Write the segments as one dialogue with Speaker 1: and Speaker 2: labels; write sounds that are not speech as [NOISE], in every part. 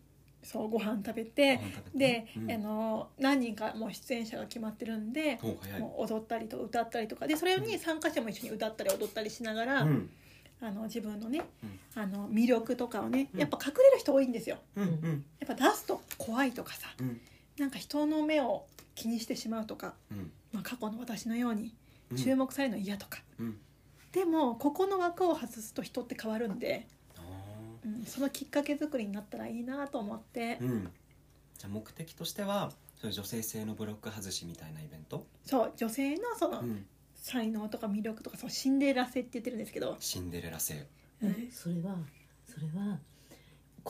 Speaker 1: そうご飯食べて
Speaker 2: ご飯食べて
Speaker 1: で、
Speaker 2: うん
Speaker 1: あの何人かもう出演者が決まってるんで、
Speaker 2: お早い
Speaker 1: もう踊ったりと歌ったりとかでそれに参加者も一緒に歌ったり踊ったりしながら、
Speaker 2: うん
Speaker 1: あの自分のね、
Speaker 2: うん
Speaker 1: あの魅力とかをね
Speaker 2: うん
Speaker 1: やっぱ隠れる人多いんですよ。
Speaker 2: うんうん
Speaker 1: やっぱ出すと怖いとかさ
Speaker 2: うん
Speaker 1: なんか人の目を気にしてしまうとか、
Speaker 2: うん
Speaker 1: まあ、過去の私のように
Speaker 2: うん
Speaker 1: 注目されるの嫌とか、
Speaker 2: うん
Speaker 1: でもここの枠を外すと人って変わるんで。
Speaker 2: あ
Speaker 1: うん、そのきっかけ作りになったらいいなと思って、
Speaker 2: ーうんじゃあ目的としてはそういう女性性のブロック外しみたいなイベント、
Speaker 1: そう女性のその
Speaker 2: うん、
Speaker 1: 才能とか魅力とかそうシンデレラ性って言ってるんですけど、
Speaker 2: シンデレラ性
Speaker 1: うん
Speaker 3: それはそれは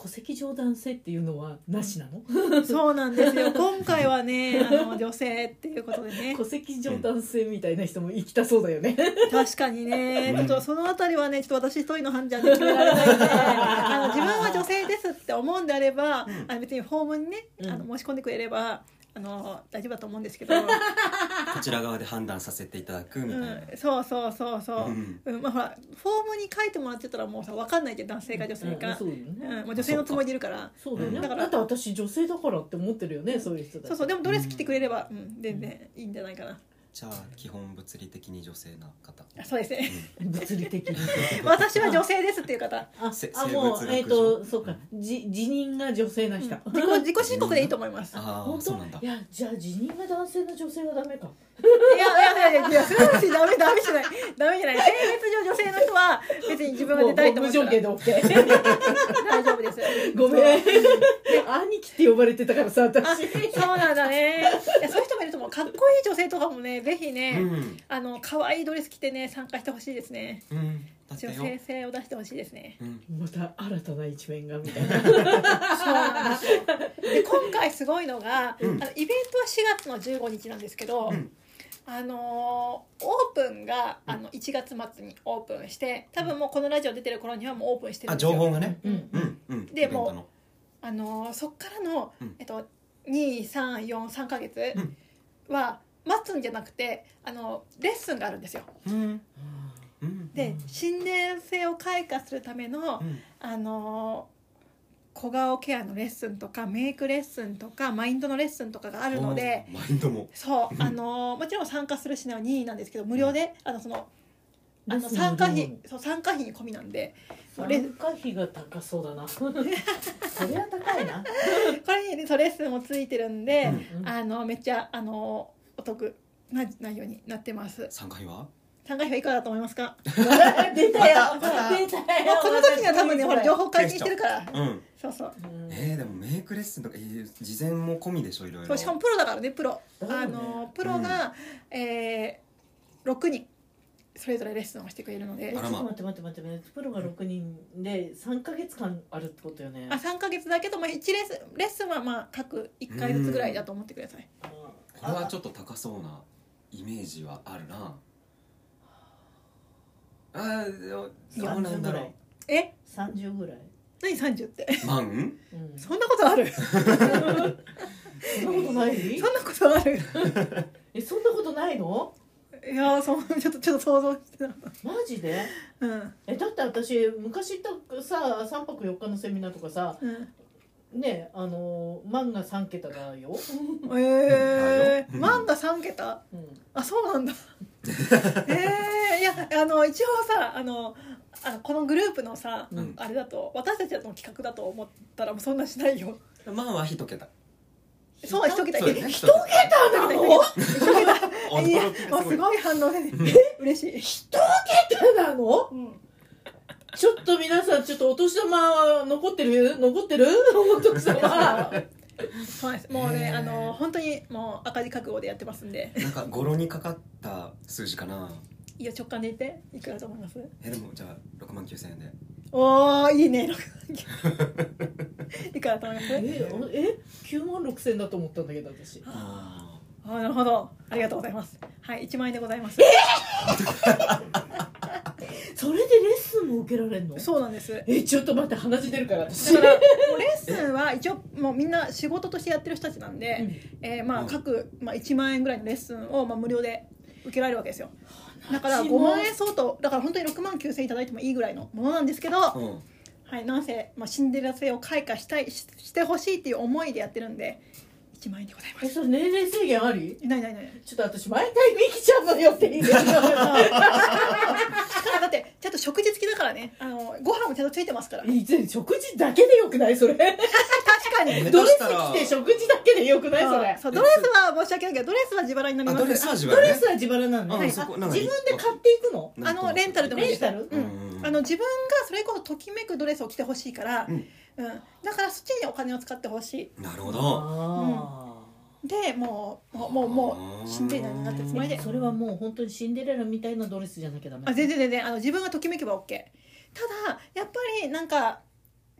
Speaker 3: 戸籍上男性っていうのはなしなの、
Speaker 1: そうなんですよ今回はねあの女性っていうことでね
Speaker 3: 戸籍上男性みたいな人も行きたそうだよね、
Speaker 1: 確かにね
Speaker 2: うん
Speaker 1: ちょっとそのあたりはねちょっと私一人の判断で決められないんであの自分は女性ですって思うんであれば、
Speaker 2: うん
Speaker 1: あの別にホームにねあ
Speaker 3: う
Speaker 1: の
Speaker 3: ん
Speaker 1: 申し込んでくれればあの大丈夫だと思うんですけど、
Speaker 2: こちら側で判断させていただく
Speaker 1: う
Speaker 2: みたいな、
Speaker 1: ん、そうそうそうそう。
Speaker 2: うん
Speaker 1: うんまあ、ほらフォームに書いてもらってたらもうさ分かんないじゃん男性か
Speaker 3: [LAUGHS]
Speaker 1: 女性
Speaker 3: うん
Speaker 1: か、
Speaker 3: そうだよ
Speaker 1: うん
Speaker 3: ね、
Speaker 1: もう女性のつもりでいるから
Speaker 3: そうだよね、
Speaker 1: うん
Speaker 3: だからだって私女性だからって思ってるよねそういう人たち
Speaker 1: そうそうでもドレス着てくれれば、うん、全然いいんじゃないかな
Speaker 2: じゃあ基本物理的に女性な方
Speaker 1: あそうですね
Speaker 3: 物理
Speaker 1: [LAUGHS]
Speaker 3: 的に
Speaker 1: 私は女性ですっていう方
Speaker 3: あ
Speaker 2: せ
Speaker 3: あ
Speaker 2: 生
Speaker 3: も
Speaker 2: 物
Speaker 3: う
Speaker 2: 学
Speaker 3: えっ、
Speaker 2: 上
Speaker 3: とそうかじ辞任が女性な人、
Speaker 1: 自己自己申告でいいと思いますい
Speaker 2: あ
Speaker 3: 本
Speaker 2: あそう
Speaker 3: 当
Speaker 2: なんだ
Speaker 3: いやじゃあ辞任が男性の女性はダメか
Speaker 1: やいやいやいやいやそれはダメダメじゃないダメじゃない性別上女性の人は別に自分が出たいと思
Speaker 3: 無
Speaker 1: った
Speaker 3: 条
Speaker 1: ら
Speaker 3: 件で OK
Speaker 1: 大丈夫です
Speaker 3: [LAUGHS] ご
Speaker 1: [LAUGHS]
Speaker 3: めん
Speaker 1: そう
Speaker 3: 兄貴って呼ばれてたからさ
Speaker 1: あ
Speaker 3: 私
Speaker 1: そうなんだねいやそういう人もいると思うかっこいい女性とかもねぜひね、
Speaker 2: うん、
Speaker 1: あの可愛いドレス着てね参加してほしいですね
Speaker 2: うん、だって
Speaker 1: 女
Speaker 2: よ
Speaker 1: 性性を出してほしいですね
Speaker 2: うん
Speaker 3: また新たな一面がみたいな
Speaker 1: そうなんですよで今回すごいのが、
Speaker 2: うん
Speaker 1: あのイベントは4月の15日なんですけど、
Speaker 2: うん
Speaker 1: あのーオープンがあの1月末にオープンして多分もうこのラジオ出てる頃にはもうオープンしてるん
Speaker 2: あ
Speaker 1: ですよ
Speaker 2: 情報がね
Speaker 3: うん
Speaker 2: うんうん
Speaker 1: でも
Speaker 2: イベン
Speaker 1: あのーそっからの、
Speaker 2: うん
Speaker 1: えっと、2343ヶ月
Speaker 2: うん
Speaker 1: は、待つんじゃなくてあのレッスンがあるんですよ
Speaker 4: うん
Speaker 3: あ
Speaker 4: うん
Speaker 1: で
Speaker 3: うん
Speaker 1: 心霊性を開花するための
Speaker 4: うん
Speaker 1: あの小顔ケアのレッスンとかメイクレッスンとかマインドのレッスンとかがあるので
Speaker 4: マインドも
Speaker 1: そうあのもちろん参加するしは任意なんですけど無料であのその
Speaker 3: ー
Speaker 1: あ
Speaker 3: レ
Speaker 1: の
Speaker 3: ッスン
Speaker 1: 参加
Speaker 3: 無料
Speaker 1: 費そう参加費込みなんでそうレ
Speaker 3: 参加費が高そうだな [LAUGHS] それは高いな
Speaker 1: これにねそうレッスンもついてるんで、
Speaker 3: うん
Speaker 1: あのめっちゃあのお得な内容になってます
Speaker 4: 3回は
Speaker 1: 参加費はいかがだと思いますか
Speaker 3: 出たよ
Speaker 4: またまた
Speaker 3: 出た
Speaker 1: も
Speaker 3: よ
Speaker 1: うこの時には多分ねほら情報解禁してるから
Speaker 4: うん
Speaker 1: そうそう
Speaker 3: うん
Speaker 4: えー、でもメイクレッスンとか、えー事前も込みでしょいろい
Speaker 1: そ
Speaker 4: ろ
Speaker 1: うしかもプロだからねプロ
Speaker 3: だよね
Speaker 1: あのプロが、えー、6人それぞれレッスンをしてくれるの
Speaker 3: え
Speaker 1: で
Speaker 3: ちょ
Speaker 4: あ
Speaker 3: っ
Speaker 4: ら
Speaker 3: と
Speaker 4: ま
Speaker 3: 待って待って待って待ってプロが六人で三ヶ月間あるってことよね
Speaker 1: あ3か月だけど、まあ、1レッスンレッスンはまあ各1回ずつぐらいだと思ってください
Speaker 4: これはち
Speaker 3: ょっ
Speaker 4: ょっと高そうなイメージはあるなあーでもどうなんだろう
Speaker 1: え
Speaker 3: 三十ぐらい
Speaker 1: 何30って [LAUGHS]
Speaker 4: 万
Speaker 3: うんそ
Speaker 1: そんなことある
Speaker 3: んなこと
Speaker 1: [LAUGHS]
Speaker 3: ない
Speaker 1: そんなことある
Speaker 3: えそんなことないの
Speaker 1: いやーそうちょっとちょっと想像してた
Speaker 3: マジで
Speaker 1: うん
Speaker 3: えだって私昔行ったさ三泊四日のセミナーとかさ
Speaker 1: うん
Speaker 3: ねあのー漫画三桁だよ、
Speaker 1: えー、
Speaker 4: うん
Speaker 1: 漫画3桁
Speaker 3: うん、
Speaker 1: あそう
Speaker 4: [LAUGHS]
Speaker 1: なんだえー、いやあの一応さあのあのこのグループのさ、
Speaker 4: うん
Speaker 1: あれだと私たちの企画だと思ったらもうそんなしないよ
Speaker 4: 万は一桁
Speaker 1: そうは一桁
Speaker 4: そうだね
Speaker 1: 一
Speaker 4: 一桁
Speaker 3: なの
Speaker 4: 驚
Speaker 1: いや
Speaker 4: き
Speaker 1: も
Speaker 4: が
Speaker 1: うす
Speaker 4: すごい
Speaker 1: ごい反応でね嬉しい、
Speaker 3: なの
Speaker 1: うん、
Speaker 3: ちょっと皆さんちょっとお年玉残ってる残ってるお年 [LAUGHS] 玉
Speaker 1: そうですもうね
Speaker 4: へー
Speaker 1: あの本当にもう赤字覚悟でやってますんで
Speaker 4: なんか語呂にかかった数字かない
Speaker 1: や直感で言っていくらだと思います
Speaker 4: えでもじゃあ6万9千円で
Speaker 1: おーいいね
Speaker 4: [LAUGHS]
Speaker 1: 六いくらだと思います
Speaker 3: ええ9万6千だと思ったんだけど私
Speaker 4: あ
Speaker 1: あなるほどありがとうございますはい1万円でございます
Speaker 3: それでレッスンも受けられるの
Speaker 1: そうなんです
Speaker 3: えちょっと待って話出るから私
Speaker 1: だからもうレッスンは一応もうみんな仕事としてやってる人たちなんで、えーま
Speaker 4: う
Speaker 1: あ
Speaker 4: ん
Speaker 1: 各、まあ、1万円ぐらいのレッスンをまあ無料で受けられるわけですよだから
Speaker 3: 1
Speaker 1: 5万円相当だから本当に6万9千円いただいてもいいぐらいのものなんですけど、
Speaker 4: あうん
Speaker 1: はい、なんせ、まあ、シンデレラ性を開花したいししてほしいっていう思いでやってるんで1万円でございま
Speaker 3: え
Speaker 1: す
Speaker 3: それ年齢制限あり
Speaker 1: いないないないない
Speaker 3: ちょっと私毎回ミキちゃんの予定に [LAUGHS]
Speaker 1: [LAUGHS] だからだってちゃんと食事付きだからねあのご飯もちゃんとついてますから
Speaker 3: 以前食事だけでよくないそれ
Speaker 1: 確かに
Speaker 4: ね
Speaker 3: ドレス着て食事だけでよくないそれ
Speaker 1: そうドレスは申し訳ないけどドレスは自腹になり
Speaker 4: あ
Speaker 1: ま
Speaker 4: ドレ
Speaker 1: す
Speaker 4: スは自
Speaker 3: ド
Speaker 4: 腹
Speaker 3: レ
Speaker 4: ね
Speaker 3: スは自腹なの
Speaker 4: あ
Speaker 3: ね
Speaker 4: そこ
Speaker 3: あ
Speaker 4: なんか
Speaker 3: 自分で買っていくの
Speaker 1: あのレンタルでもいい
Speaker 3: レ
Speaker 1: で
Speaker 3: ン
Speaker 1: す
Speaker 3: タル
Speaker 1: うん
Speaker 4: うん
Speaker 1: あの自分がそれこそときめくドレスを着てほしいから、
Speaker 4: う
Speaker 1: うんんだからそっちにお金を使ってほし
Speaker 4: なるほど
Speaker 3: あ
Speaker 1: いでもうもうもうもうシンデレラになってるつもり
Speaker 3: ー
Speaker 1: で
Speaker 3: それはもう本当にシンデレラみたいなドレスじゃなきゃダメ
Speaker 1: あ全然全然あの自分がときめけば OK ただやっぱりなんか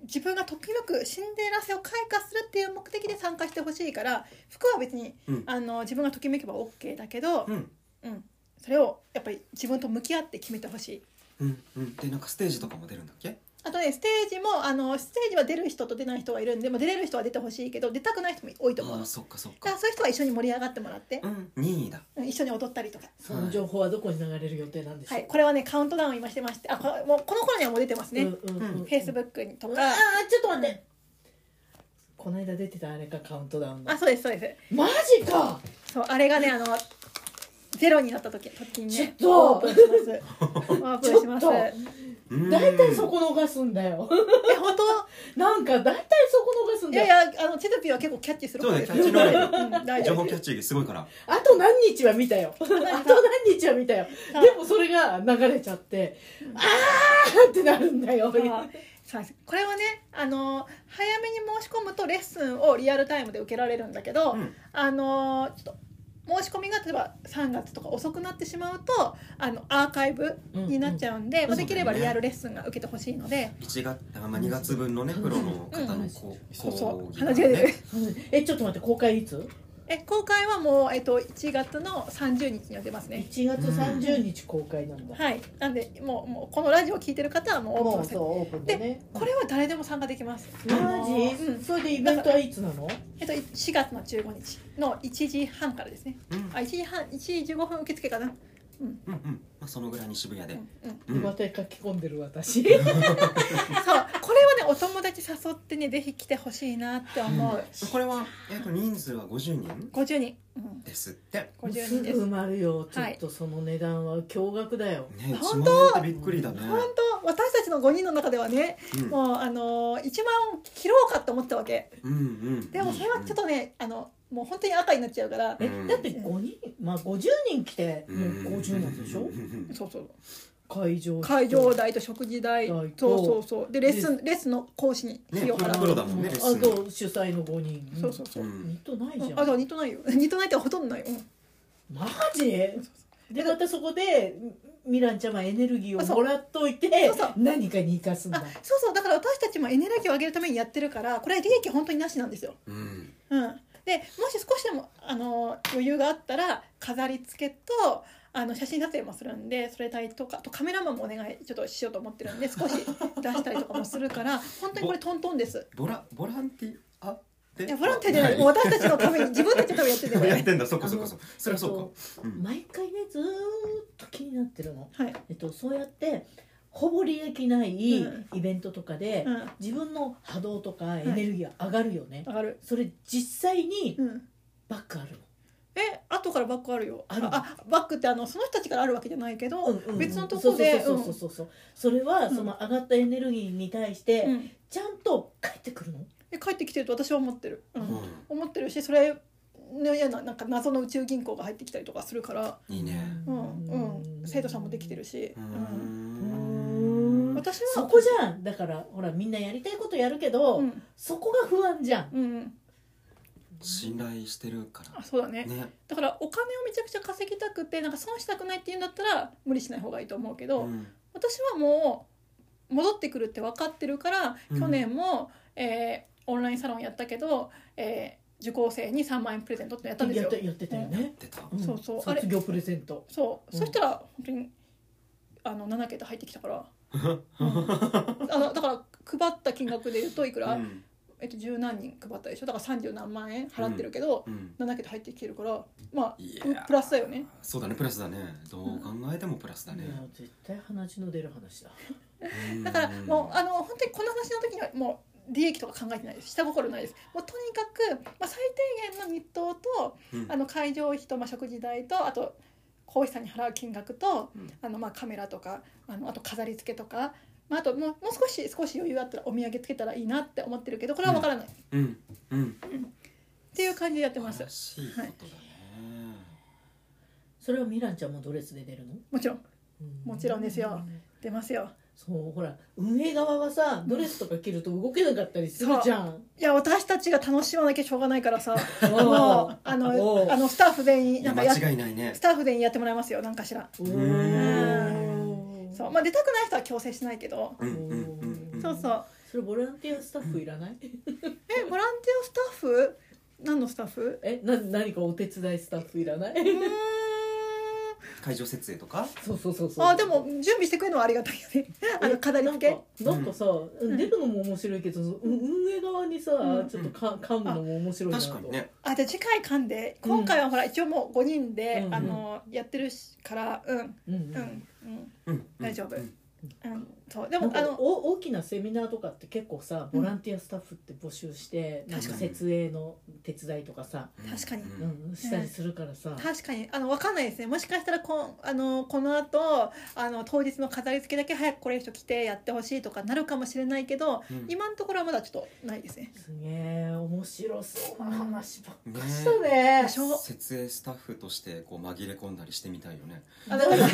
Speaker 1: 自分がときめくシンデレラ性を開花するっていう目的で参加してほしいから服は別に、
Speaker 4: うん
Speaker 1: あの自分がときめけば OK だけど、
Speaker 4: うん
Speaker 1: うん、それをやっぱり自分と向き合って決めてほしい
Speaker 4: うんうんでなんかステージとかも出るんだっけ
Speaker 1: あとねステージもあのステージは出る人と出ない人がいるんで、まあ、出れる人は出てほしいけど出たくない人も多いと思う
Speaker 4: あ
Speaker 1: だ
Speaker 4: あそっかそっ
Speaker 1: か
Speaker 4: から
Speaker 1: そういう人は一緒に盛り上がってもらって
Speaker 4: う、ん2位だ
Speaker 1: うん一緒に踊ったりとか、
Speaker 3: その情報はどこに流れる予定なんでしょ
Speaker 1: は
Speaker 3: う
Speaker 1: い、これはねカウントダウン今してましてあこもうこの頃にはもう出てますね、
Speaker 3: うんうんうん
Speaker 4: うん
Speaker 1: フェイスブックにと
Speaker 3: う
Speaker 1: か
Speaker 3: わ、あちょっと待ってこの間出てたあれかカウントダウンの
Speaker 1: あそうですそうです
Speaker 3: マジか
Speaker 1: そうあれがねあのゼロになった時時にね
Speaker 3: ちょっと
Speaker 1: オープンしますオープンしま
Speaker 3: ち
Speaker 1: す
Speaker 3: ょっと
Speaker 1: え
Speaker 3: 大体そこ逃すんだよ
Speaker 1: 本
Speaker 3: [LAUGHS]
Speaker 1: 当
Speaker 3: なんか大体そこ逃すん
Speaker 1: い
Speaker 3: だよ
Speaker 1: やいやあのチズピーは結構キャッチする
Speaker 4: そう
Speaker 1: 方
Speaker 4: だ
Speaker 1: で
Speaker 4: よ
Speaker 1: す
Speaker 4: キャッチ能力
Speaker 1: うん大
Speaker 4: 情
Speaker 1: 丈夫
Speaker 4: 報キャッチすごいから
Speaker 3: あと何日は見た [LAUGHS] よあと何日は見たよ
Speaker 1: さあ
Speaker 3: でもそれが流れちゃってあーってなるんだよ
Speaker 1: はいそうですこれはねあの早めに申し込むとレッスンをリアルタイムで受けられるんだけど、
Speaker 4: うん
Speaker 1: あのちょっと申し込みが例えば3月とか遅くなってしまうとあのアーカイブになっちゃうんで、まあ、できればリアルレッスンが受けてほしいので、
Speaker 4: 1月あまあ2月分のねプロの方のこ
Speaker 1: そうそ
Speaker 4: 講
Speaker 1: う
Speaker 4: 義
Speaker 1: 話が出る
Speaker 4: ね
Speaker 3: えちょっと待って公開いつ
Speaker 1: え公開はもう、えっと、1月の30日には出ますね
Speaker 3: 1月30日公開なんだ、
Speaker 1: はいなんでもうもうこのラジオを聞いてる方はもうオー
Speaker 3: も
Speaker 1: プ
Speaker 3: う
Speaker 1: ンさ
Speaker 3: そうオープンでね
Speaker 1: これは誰でも参加できます
Speaker 3: マジ、
Speaker 1: うん
Speaker 3: それでイベントはいつなの
Speaker 1: えっと、4月の15日の1時半からですね
Speaker 2: うん
Speaker 1: あ1時半1時15分受付かな
Speaker 2: うんうんまあ、そのぐらいに渋谷
Speaker 1: う
Speaker 2: で
Speaker 1: ん、うん
Speaker 2: うん
Speaker 3: また書き込んでる私
Speaker 1: そうこれはねお友達誘ってねぜひ来てほしいなって思う、
Speaker 2: これは、えっと人数は50人
Speaker 1: 50人、うん、
Speaker 2: ですって
Speaker 1: 50
Speaker 3: す
Speaker 1: 人です
Speaker 3: ぐ埋
Speaker 1: 本
Speaker 3: まるよちょ
Speaker 1: は
Speaker 3: っ
Speaker 1: い
Speaker 3: とその値段は驚愕だよ、
Speaker 2: ね
Speaker 1: 本当
Speaker 2: 1万円ってびっくりだね、
Speaker 1: 当私たちの5人の中ではね、
Speaker 2: うん、
Speaker 1: もうあのー、1万を切ろうかと思ったわけ
Speaker 2: うんうん
Speaker 1: でもそれはちょっとね、あのもう本当に赤になっちゃうから、
Speaker 2: うん
Speaker 3: えだって5人まあ50人来てもう50なんでしょ、
Speaker 2: うんうんうん
Speaker 1: そうそう
Speaker 3: 会場
Speaker 1: 会場代と食事代
Speaker 3: 代
Speaker 1: そ
Speaker 3: と
Speaker 1: うそうそうでレッスンレッスンの講師に費用
Speaker 2: あ
Speaker 1: 払
Speaker 2: ら
Speaker 1: う、
Speaker 2: プロだもんね
Speaker 3: あと主催の5人
Speaker 1: そうそうそう、
Speaker 2: うん
Speaker 3: ニットないじゃ
Speaker 1: あと
Speaker 3: ん
Speaker 1: ニットないよ [LAUGHS] ニットないってほとんどないよ、うん
Speaker 3: マジでまたそこでミランちゃんはエネルギーをもらっといて
Speaker 1: そうそう
Speaker 3: 何かに生かすん
Speaker 1: [LAUGHS]
Speaker 3: だ
Speaker 1: あそうそうだから私たちもエネルギーを上げるためにやってるからこれは利益本当になしなんですよ、
Speaker 2: うん
Speaker 1: うん、でもし少しでもあの余裕があったら飾り付けとあの写真撮影もするんでそれたりとかあとカメラマンもお願いちょっとしようと思ってるんで少し出したりとかもす
Speaker 2: [LAUGHS]
Speaker 1: るから本当にこれトントンです
Speaker 2: ボラボランティアって
Speaker 1: いやボランティアじゃないもう私たちのために自分たちのためにやってて
Speaker 2: やっ
Speaker 1: ね
Speaker 2: てんだそっかそっかそっかそれはそうか、う
Speaker 3: えっと
Speaker 2: ん
Speaker 3: 毎回ねずーっと気になってるの、
Speaker 1: はい、
Speaker 3: えっと、そうやってほぼ利益ない
Speaker 1: うん
Speaker 3: イベントとかで、
Speaker 1: うん、
Speaker 3: 自分の波動とかエネルギーが上がるよね、
Speaker 1: 上がる
Speaker 3: それ実際に
Speaker 1: うん
Speaker 3: バックあるの
Speaker 1: え後からバックあるよ
Speaker 3: ある
Speaker 1: あバックってあのその人たちからあるわけじゃないけど、
Speaker 3: うんうん
Speaker 1: 別のとこで
Speaker 3: そうそうそうそうそうそれは
Speaker 1: うん
Speaker 3: その上がったエネルギーに対して
Speaker 1: うんうん
Speaker 3: ちゃんと返ってくるの、
Speaker 1: え帰ってきてると私は思ってる、うん
Speaker 2: うん
Speaker 1: 思ってるしそれねいやななんか謎の宇宙銀行が入ってきたりとかするから、
Speaker 2: いいね
Speaker 1: うんうん、生徒さんもできてるし、
Speaker 2: う
Speaker 1: うん
Speaker 2: ん
Speaker 1: 私は
Speaker 3: そこじゃんだからほらみんなやりたいことやるけど、
Speaker 1: うん
Speaker 3: そこが不安じゃん
Speaker 1: うん、
Speaker 2: 信頼してるか
Speaker 1: あそうだ
Speaker 2: ら
Speaker 1: ね
Speaker 2: ね
Speaker 1: だからお金をめちゃくちゃ稼ぎたくてなんか損したくないっていうんだったら無理しない方がいいと思うけど、
Speaker 2: うん
Speaker 1: 私はもう戻ってくるって分かってるから、
Speaker 2: うん
Speaker 1: 去年も、えーオンラインサロンやったけど、えー受講生に3万円プレゼントってやったんです
Speaker 3: やっ
Speaker 1: よ
Speaker 3: てやってたよね、
Speaker 2: 出た
Speaker 3: ん
Speaker 1: そうそうあれ
Speaker 3: 卒業プレゼント
Speaker 1: そう、
Speaker 3: うん
Speaker 1: そしたら本当にあの7桁入ってき
Speaker 2: [LAUGHS]
Speaker 1: たから、うんあのだから配った金額で言うといくら、
Speaker 2: うん
Speaker 1: えっと、十何人配ったでしょだから30何万円払ってるけど、
Speaker 2: うん
Speaker 1: 7桁入ってきてるからまあ
Speaker 2: いやー
Speaker 1: プラスだよね
Speaker 2: そうだねプラスだねどう考えてもプラスだね
Speaker 3: いや絶対話の出る話だ
Speaker 2: うん
Speaker 1: だからもうあの本当にこの話の時にはもう利益とか考えてないです下心ないですもうとにかく、まあ、最低限の日当と
Speaker 2: うん
Speaker 1: あの会場費と、まあ、食事代とあと講師さんに払う金額と、
Speaker 2: うん
Speaker 1: あのまあカメラとかあのあと飾り付けとか、まあ、あともうもう少し少し余裕あったらお土産つけたらいいなって思ってるけどこれは分からない、っ
Speaker 2: うんうん
Speaker 1: ていう感じでやってます
Speaker 2: 素晴らしいことだね
Speaker 3: それはミランちゃんもドレスで出るの
Speaker 1: もちろんもちろんですよ出ますよ
Speaker 3: そうほら運営側はさドレスとか着ると動けなかったりするじゃん
Speaker 1: いや私たちが楽しまなきゃしょうがないか
Speaker 2: [LAUGHS]
Speaker 1: らさ
Speaker 3: おう
Speaker 1: もうあ
Speaker 3: お
Speaker 1: の
Speaker 3: う
Speaker 1: あのスタッフ全員
Speaker 2: いや
Speaker 1: なんかや
Speaker 2: 間違いないね
Speaker 1: スタッフ全員やってもらいますよなんかしら
Speaker 3: おう
Speaker 2: うん
Speaker 1: そうまあ出たくない人は強制しないけど、
Speaker 2: うんうんうんうん
Speaker 1: そうそう
Speaker 3: それボランティアスタッフいらない
Speaker 1: えボランティアスタッフ何のスタッフ
Speaker 3: えな何かお手伝いスタッフいらないう
Speaker 1: ーん
Speaker 2: 会場設営とか
Speaker 3: そうそうそうそう
Speaker 1: あでも準備してくれるのはありがたいよねあの飾り付け
Speaker 3: けなんかさ、
Speaker 1: ん
Speaker 3: 出るのも面白いけど、う運営側にさ、
Speaker 1: うん
Speaker 3: ちょっとか噛むのも面白いなと
Speaker 2: 確かにね
Speaker 1: あじゃあ次回噛んで今回はほら一応もう5人で、
Speaker 3: うん
Speaker 1: あのやってるしからうん
Speaker 3: うんう
Speaker 1: う
Speaker 3: ん
Speaker 1: んうん、うん
Speaker 2: うんうん
Speaker 1: 大丈夫
Speaker 2: うん
Speaker 1: そう
Speaker 3: な
Speaker 1: で
Speaker 3: ん
Speaker 1: も
Speaker 3: か
Speaker 1: あの
Speaker 3: お大きなセミナーとかって結構さボランティアスタッフって募集して、
Speaker 1: うん
Speaker 3: なんか
Speaker 2: 確かに
Speaker 3: 設営の手伝いとかさ、
Speaker 1: 確かに
Speaker 2: うん
Speaker 3: うん、したりするからさ、
Speaker 1: 確かにあの分かんないですねもしかしたらこあのこの後あの当日の飾り付けだけ早く来れる人来てやってほしいとかなるかもしれないけど
Speaker 2: うん
Speaker 1: 今のところはまだちょっとないですね
Speaker 3: すげえ面白そうな話ばっかしたね
Speaker 1: でしょ
Speaker 2: 設営スタッフとしてこう紛れ込んだりしてみたいよね
Speaker 1: あだから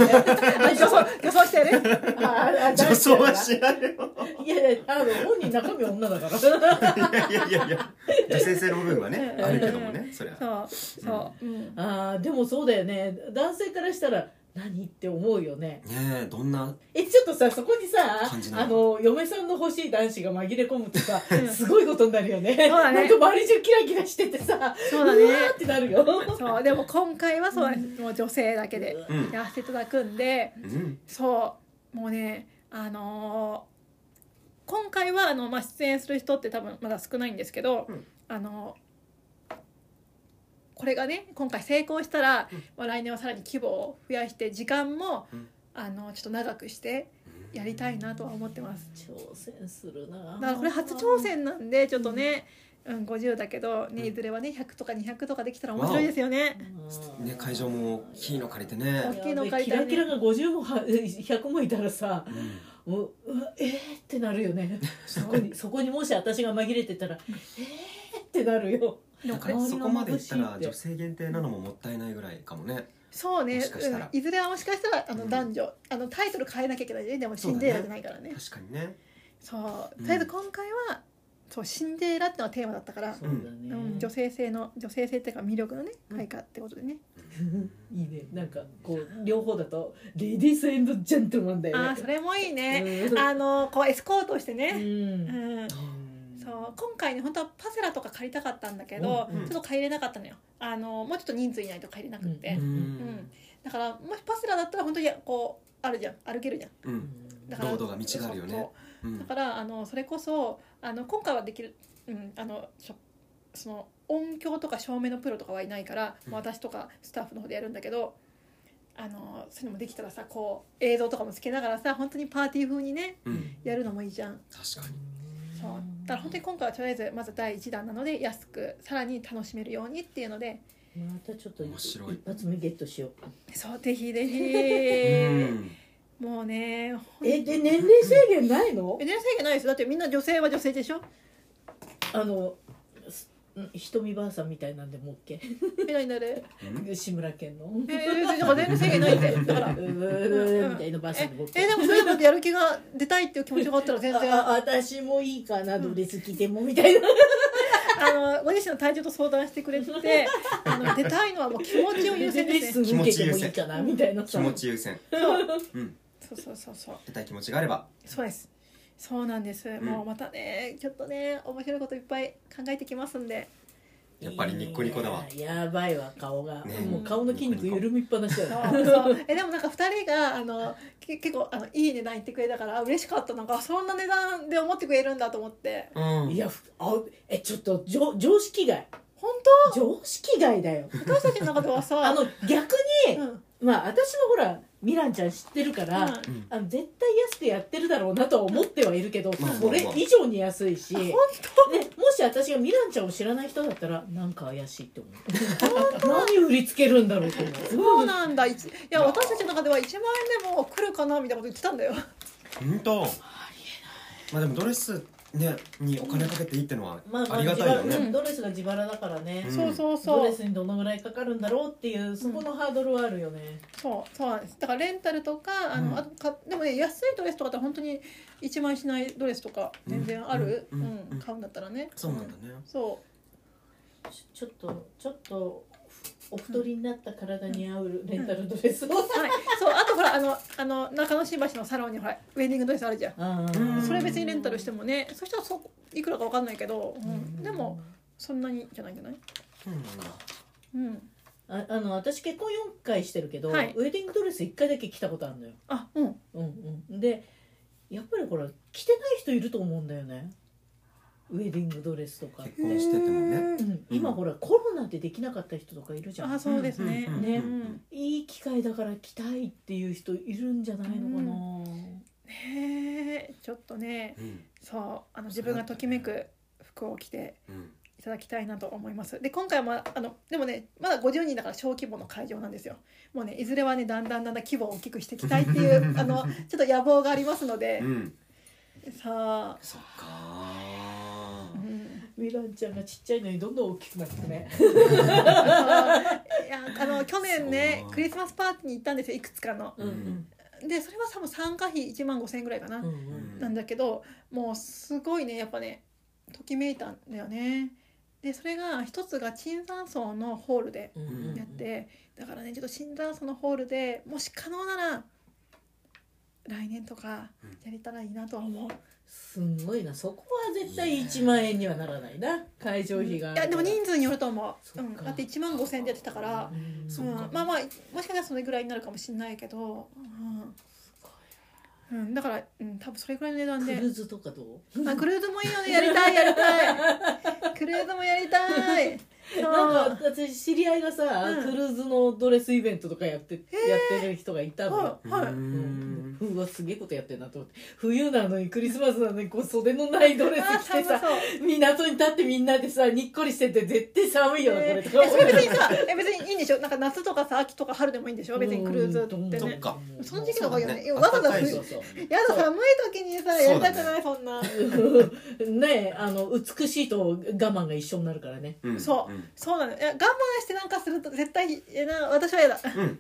Speaker 1: ね予想予想して [LAUGHS] ね
Speaker 3: あ [LAUGHS] あ
Speaker 2: [LAUGHS] 女装は
Speaker 3: し
Speaker 2: しないよ
Speaker 3: いやいやあの本人中身女だから
Speaker 2: いやいやいや [LAUGHS] 女性性の部分はねあるけどもねそりゃ
Speaker 1: そうそう、うん
Speaker 3: あーでもそうだよね男性からしたら何って思うよね
Speaker 2: ねえどんな
Speaker 3: えちょっとさそこにさ
Speaker 2: 感じなの
Speaker 3: あの嫁さんの欲しい男子が紛れ込むとさ
Speaker 1: うん
Speaker 3: すごいことになるよ
Speaker 1: [LAUGHS]
Speaker 3: ね
Speaker 1: だ
Speaker 3: なん
Speaker 1: ね
Speaker 3: か周り中キラキラしててさ
Speaker 1: そうだね
Speaker 3: うわーってなるよ
Speaker 1: そうでも今回はそうです、もう女性だけで
Speaker 2: うん
Speaker 1: やらせていただくんで
Speaker 2: うん
Speaker 1: そうもうねあのー今回はあの、まあ、出演する人って多分まだ少ないんですけど、
Speaker 2: うん
Speaker 1: あのーこれがね今回成功したら、まあ、来年はさらに規模を増やして時間も、
Speaker 2: うん
Speaker 1: あのちょっと長くしてやりたいなとは思ってます。
Speaker 3: 挑戦する
Speaker 1: だ
Speaker 3: な
Speaker 1: からこれ初挑戦なんでちょっとね、うん50だけど、ね、いずれはね100とか200とかできたら面白いですよね。
Speaker 3: うん
Speaker 2: ね会場も大きいの借りてね、
Speaker 1: 大きいの借り
Speaker 3: キ
Speaker 1: たい
Speaker 3: ラ
Speaker 1: ね
Speaker 3: キラが50もは100もいたらさ
Speaker 2: うん
Speaker 3: もううわえーってなるよ
Speaker 1: [LAUGHS]
Speaker 3: ねそこにそこにもし私が紛れてたらえーってなるよ
Speaker 2: だから
Speaker 3: 周り
Speaker 2: そ
Speaker 3: が
Speaker 2: こまでいった
Speaker 3: 眩しい
Speaker 2: ら
Speaker 3: って
Speaker 2: 女性限定なのももったいないぐらいかもね
Speaker 1: そうね
Speaker 2: もしかしたら
Speaker 1: うん、いずれはもしかしたらあの
Speaker 2: うん
Speaker 1: 男女、あのタイトル変えなきゃいけないねでも「シ
Speaker 2: そう
Speaker 1: ン
Speaker 2: だね
Speaker 1: デレラ」じゃないからね
Speaker 2: 確かにね
Speaker 1: そう
Speaker 2: うん
Speaker 1: とりあえず今回は「そうシンデレラ」ってのがテーマだったから
Speaker 3: そうだね、
Speaker 1: うん、女性性の女性性っていうか魅力のね
Speaker 3: うん
Speaker 1: 開花ってことでね、
Speaker 3: [LAUGHS] いいねなんかこう両方だとレディースエンドジェントルマンだよね
Speaker 1: ああそれもいいね、
Speaker 3: ね
Speaker 1: あのこうエスコートして
Speaker 3: う
Speaker 1: ね、うんんそう今回ね本当はパセラとか借りたかったんだけど、
Speaker 2: うんうん
Speaker 1: ちょっと借りれなかったのよあのもうちょっと人数いないと借りれなくって、
Speaker 3: うん
Speaker 1: うんだからもしパセラだったら本当にこうあるじゃん歩けるじゃん
Speaker 2: うんうん
Speaker 1: だから
Speaker 2: ロードが道があるよね
Speaker 1: そうそう
Speaker 2: うん
Speaker 1: だからあのそれこそあの今回はできる、うん、あのしょその音響とか照明のプロとかはいないから、
Speaker 2: うん
Speaker 1: もう私とかスタッフの方でやるんだけどあのそういうのもできたらさこう映像とかもつけながらさ本当にパーティー風にね
Speaker 2: うん
Speaker 1: やるのもいいじゃん
Speaker 2: 確かに
Speaker 1: そうだから本当に今回はとりあえずまず第1弾なので安くさらに楽しめるようにっていうので
Speaker 3: またちょっと
Speaker 2: 面白い
Speaker 3: 一発目ゲットしよう
Speaker 1: そうぜひぜひ、
Speaker 2: うん
Speaker 1: もうねほん
Speaker 3: えで年齢制限ないの
Speaker 1: 年齢制限ないですよだってみんな女性は女性で [LAUGHS] しょ
Speaker 3: あのすうん瞳ばあさんみたいなん [LAUGHS] でも OK
Speaker 1: え何誰
Speaker 2: うん
Speaker 3: 志村けんの
Speaker 1: えー、だから全然制限ないって [LAUGHS] だから
Speaker 3: [LAUGHS] うーんみたいなばあさんでも OK
Speaker 1: えでもそれでもやる気が出たいっていう気持ちがあったら全然
Speaker 3: ああ
Speaker 1: [LAUGHS] あ
Speaker 3: 私もいいかなドレス着てもみたいな
Speaker 1: のご自身の体調と相談してくれ [LAUGHS] てあの出たいのはもう気持ちを優先ですね
Speaker 3: [LAUGHS] 受けてもいいかなみたいな
Speaker 2: 気持ち優先
Speaker 1: そう
Speaker 2: うん
Speaker 1: [LAUGHS] そうそうそうそう
Speaker 2: 出たい気持ちがあれば
Speaker 1: そうですそうなんです、
Speaker 2: ん
Speaker 1: もうまたねちょっとね面白いこといっぱい考えてきますん [LAUGHS] で
Speaker 2: やっぱりニッコニコだわ
Speaker 3: いややばいわ顔が、
Speaker 2: ね
Speaker 3: もう顔の筋肉緩みっぱなしだよ
Speaker 1: そ
Speaker 3: ね
Speaker 1: うそうえでもなんか2人があのけ結構あのいい値段言ってくれたからあ嬉しかったなんかそんな値段で思ってくれるんだと思って
Speaker 2: うん
Speaker 3: いやふあえちょっと常常識外
Speaker 1: 本
Speaker 3: 常識外だよ
Speaker 1: 当私たちの中ではさ [LAUGHS]
Speaker 3: あの逆に、
Speaker 1: うん
Speaker 3: まあ私もほらミランちゃん知ってるから、
Speaker 1: うん
Speaker 2: うん
Speaker 3: あの絶対安くやってるだろうなとは思ってはいるけど、
Speaker 2: まあまあ
Speaker 3: それ以上に安いし、
Speaker 1: あ
Speaker 3: ね、
Speaker 1: 本
Speaker 3: もし私がミランちゃんを知らない人だったらなんか怪しいって思う何売りつけるんだろうと思うす
Speaker 1: そ
Speaker 3: ご
Speaker 1: う
Speaker 3: い
Speaker 1: なんだいちいや私たちの中では1万円でも来るかなみたいなこと言ってたんだよ
Speaker 2: うんとまあでもドレスねにお金かけていいってのは
Speaker 3: まあまあ
Speaker 2: ありがたいよ
Speaker 3: 自
Speaker 2: ね
Speaker 3: 腹ドレスが自腹だからね、
Speaker 2: うん
Speaker 1: そうそう
Speaker 3: ド
Speaker 1: そう
Speaker 3: レスにどのぐらいかかるんだろうっていうそこのハードルはあるよね、
Speaker 1: そうそうなんですだからレンタルとかあの、
Speaker 2: うん
Speaker 1: あとかでもね安いドレスとかって本当に1万円しないドレスとか全然ある、う
Speaker 2: うんんうんうん
Speaker 1: 買うんだったらね
Speaker 2: そうなんだね
Speaker 1: そ
Speaker 3: ちょちょっとちょっとお太りになった体に合うレンタルドレスを、
Speaker 1: うはいそうあとほらあのあの中野新橋のサロンにほらウェディングドレスあるじゃん
Speaker 2: うん
Speaker 1: それ別にレンタルしてもねそしたらそいくらかわかんないけど、う
Speaker 3: うんん
Speaker 1: でもそんなにじゃないんじゃない
Speaker 2: そうなんだ
Speaker 1: うん
Speaker 3: ああの私結婚4回してるけど、
Speaker 1: はい
Speaker 3: ウェディングドレス1回だけ着たことあるのよ、
Speaker 1: あうん
Speaker 3: うんうん、でやっぱりこれ着てない人いると思うんだよねウェディングドレスとかっ
Speaker 2: 結、
Speaker 3: て
Speaker 2: 婚しててもね
Speaker 3: うん、今ほらコロナでできなかった人とかいるじゃん
Speaker 1: あそうですね、
Speaker 2: うんうんうん
Speaker 3: ね
Speaker 1: うん
Speaker 3: いい機会だから着たいっていう人いるんじゃないのかな、
Speaker 1: ねえちょっとね
Speaker 2: うん
Speaker 1: そうあの自分がときめく服を着て
Speaker 2: うん
Speaker 1: いただきたいなと思いますで今回は、まあ、あのでもねまだ50人だから小規模の会場なんですよもうねいずれはねだんだんだんだん規模を大きくしていきたいっていう
Speaker 2: [LAUGHS]
Speaker 1: あのちょっと野望がありますので
Speaker 2: うん
Speaker 1: さあ、
Speaker 2: そっか
Speaker 1: う
Speaker 2: ー
Speaker 1: ん、
Speaker 3: ミランちゃんがちっちゃいのにどんどん大きくなってね
Speaker 1: そういやあの去年ね
Speaker 2: そう
Speaker 1: クリスマスパーティーに行ったんですよいくつかの
Speaker 2: うんうん
Speaker 1: でそれは多分参加費1万5,000円ぐらいかな、
Speaker 3: うん
Speaker 2: うん
Speaker 1: なんだけどもうすごいねやっぱねときめいたんだよねでそれが一つが椿山荘のホールで
Speaker 3: うんうんうん
Speaker 1: やって、だからねちょっと椿山荘のホールでもし可能なら来年とかやれたらいいなとは思う、
Speaker 3: すんごいなそこは絶対1万円にはならないな会場費が
Speaker 1: いやでも
Speaker 3: 人
Speaker 1: 人数によると思う、
Speaker 3: そうっ
Speaker 1: ん、
Speaker 3: か
Speaker 1: だって1万5,000でやってたから、
Speaker 3: そ
Speaker 1: うん、まあまあもしかしたらそれぐらいになるかもしれないけど、うんうん、だから、うん、多分それぐらいの値段
Speaker 3: ク
Speaker 1: で
Speaker 3: ルーズとかどう
Speaker 1: あクルーズもいいよねやりたいやり [LAUGHS] たいクルーズもやりたい
Speaker 3: なん
Speaker 1: そう
Speaker 3: か私知り合いがさ、
Speaker 1: うん
Speaker 3: クルーズのドレスイベントとかやって、やってる人がいたのよ、
Speaker 1: はいは
Speaker 2: ー
Speaker 3: う
Speaker 1: いう
Speaker 3: ん、うわすげえことやってんなと思って冬なのにクリスマスなのにこう袖のないドレ
Speaker 1: あ
Speaker 3: ス着て
Speaker 1: 寒
Speaker 3: さ
Speaker 1: そう
Speaker 3: 港に立ってみんなでさにっこりしてて絶対寒いよなこれとか
Speaker 1: えそれ別にさえ別にいいんでしょなんか夏とかさ秋とか春でもいいんでしょ別にクルーズって
Speaker 2: そ
Speaker 1: ね
Speaker 2: っか
Speaker 1: その時期の方がいいよ
Speaker 2: そ
Speaker 1: ね
Speaker 2: うだね
Speaker 1: わざわざ
Speaker 2: 暖かい
Speaker 1: 冬
Speaker 2: し
Speaker 3: そうそう
Speaker 1: やだ寒い時にさやりたくないそんな
Speaker 3: ねえあの美しいと我慢が一緒になるからね
Speaker 2: うん
Speaker 1: そう
Speaker 2: うん
Speaker 1: そうなのいや我慢してなんかすると絶対えな私はやだ
Speaker 2: うん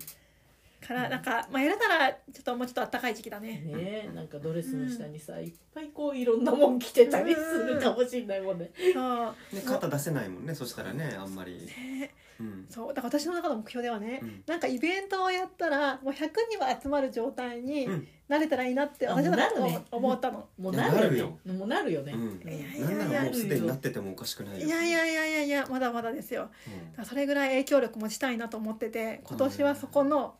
Speaker 1: からなんかまあやれたらちょっともうちょっと暖かい時期だね
Speaker 3: ねえなんかドレスの下にさいっぱいこういろんなもん着てたりするかもしんないもんね
Speaker 1: そう
Speaker 2: ね肩出せないもんねそしたらねあんまりうん
Speaker 1: そうだから私の中の目標ではね、
Speaker 2: うん
Speaker 1: なんかイベントをやったらもう100人は集まる状態に
Speaker 2: うん
Speaker 1: なれたらいいなって
Speaker 3: あ
Speaker 1: 私はなんか
Speaker 3: もうなるね
Speaker 1: 思ったの、
Speaker 3: もうなるよねもうなるよね、
Speaker 2: うん
Speaker 1: いやい
Speaker 2: な
Speaker 1: や
Speaker 2: ん
Speaker 1: い
Speaker 2: な
Speaker 1: や
Speaker 2: らもうすでになっててもおかしくないよ
Speaker 1: いやいやいやいやいやまだまだですよだからそれぐらい影響力持ちたいなと思ってて今年はそこの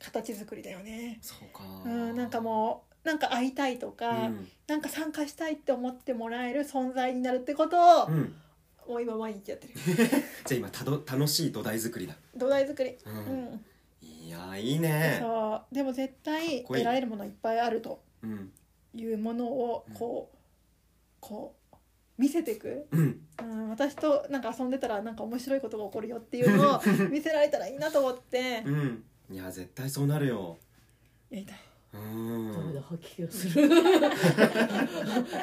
Speaker 1: 形作りだよね
Speaker 2: そうか
Speaker 1: うんなんかもうなんか会いたいと
Speaker 2: う
Speaker 1: か、
Speaker 2: ん
Speaker 1: なんか参加したいって思ってもらえる存在になるってことを、
Speaker 2: うん
Speaker 1: もう今毎日やってる
Speaker 2: じゃあ今たど楽しい土台作りだ
Speaker 1: 土台作り
Speaker 2: う
Speaker 1: うんん、
Speaker 2: いやいいね
Speaker 1: そうでも絶対
Speaker 2: かっこいい
Speaker 1: 得られるものいっぱいあると
Speaker 2: うん
Speaker 1: いうものをこう、こう見せていく、
Speaker 2: うん
Speaker 1: うん、私となんか遊んでたらなんか面白いことが起こるよってい
Speaker 2: [LAUGHS]
Speaker 1: うのを見せられたらいいなと思って
Speaker 2: うんいや絶対そうなるよ
Speaker 1: やりたい。
Speaker 2: うん
Speaker 3: ダメだ吐き気がする
Speaker 2: [LAUGHS]
Speaker 3: 何かまた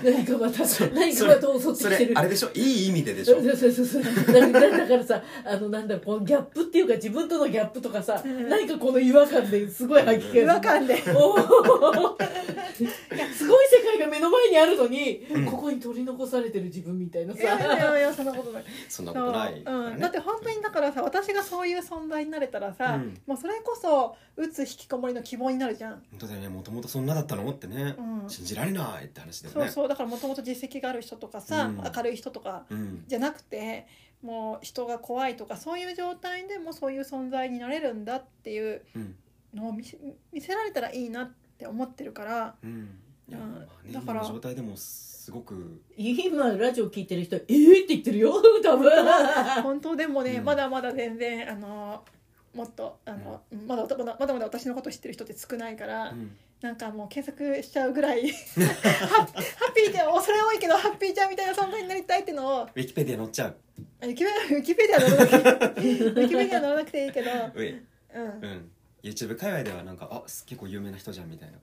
Speaker 3: 何かまた襲って
Speaker 2: そ
Speaker 3: きて
Speaker 1: [LAUGHS]
Speaker 2: れ
Speaker 3: る
Speaker 2: あれでしょいい意味ででし
Speaker 3: そ
Speaker 2: ょ
Speaker 3: うそうそうそうだからだからさあのなんだろうこのギャップっていうか自分とのギャップとかさ、
Speaker 1: うん
Speaker 3: 何かこの違和感ですごい吐き気
Speaker 1: 違和
Speaker 3: がする
Speaker 1: 感で
Speaker 3: おーいやすごい世界が目の前にあるのに、
Speaker 2: うん
Speaker 3: ここに取り残されてる自分みたいない
Speaker 1: やいやい
Speaker 3: さ
Speaker 1: やいやそんなことない
Speaker 2: そんなこ
Speaker 1: そ
Speaker 2: と
Speaker 1: う
Speaker 2: ないから
Speaker 1: うん、
Speaker 2: ね
Speaker 1: だって本当にだからさ私がそういう存在になれたらさ、
Speaker 2: うん
Speaker 1: もうそれこそ打つ引きこもりの希望になるじゃん、
Speaker 2: 本当だよねもともとそんなだったのってね
Speaker 1: うん、
Speaker 2: 信じられないって話だよ
Speaker 1: そう
Speaker 2: ね
Speaker 1: そうだからもともと実績がある人とかさ、
Speaker 2: うん
Speaker 1: 明るい人とか
Speaker 2: うん
Speaker 1: じゃなくてもう人が怖いとかそういう状態でもそういう存在になれるんだっていう
Speaker 2: うん
Speaker 1: のを見せ見せられたらいいなって思ってるから
Speaker 2: うんいや
Speaker 1: うん
Speaker 2: まあね
Speaker 1: だ
Speaker 2: 今
Speaker 1: から
Speaker 2: の状態でもすごく
Speaker 3: 今ラジオ聞いてる人「えー!」って言ってるよ多分
Speaker 2: [LAUGHS]
Speaker 1: 本当でもね、
Speaker 2: うん
Speaker 1: まだまだ全然あのもっとあの、まだまだまだまだ私のこと知ってる人って少ないから、
Speaker 2: うん
Speaker 1: なんかもう検索しちゃうぐ
Speaker 2: [LAUGHS]
Speaker 1: らいハッハッピーちゃん恐れ多いけどハッピーちゃんみたいな存在になりたいっていうのを
Speaker 2: ウィキペディア載っちゃう
Speaker 1: ウィキペウィキペディア乗らなくていいウィキペディア乗らなくていいけど、
Speaker 2: うえ
Speaker 1: うん、
Speaker 2: うん YouTube 界隈ではなんかあ結構有名な人じゃんみたいな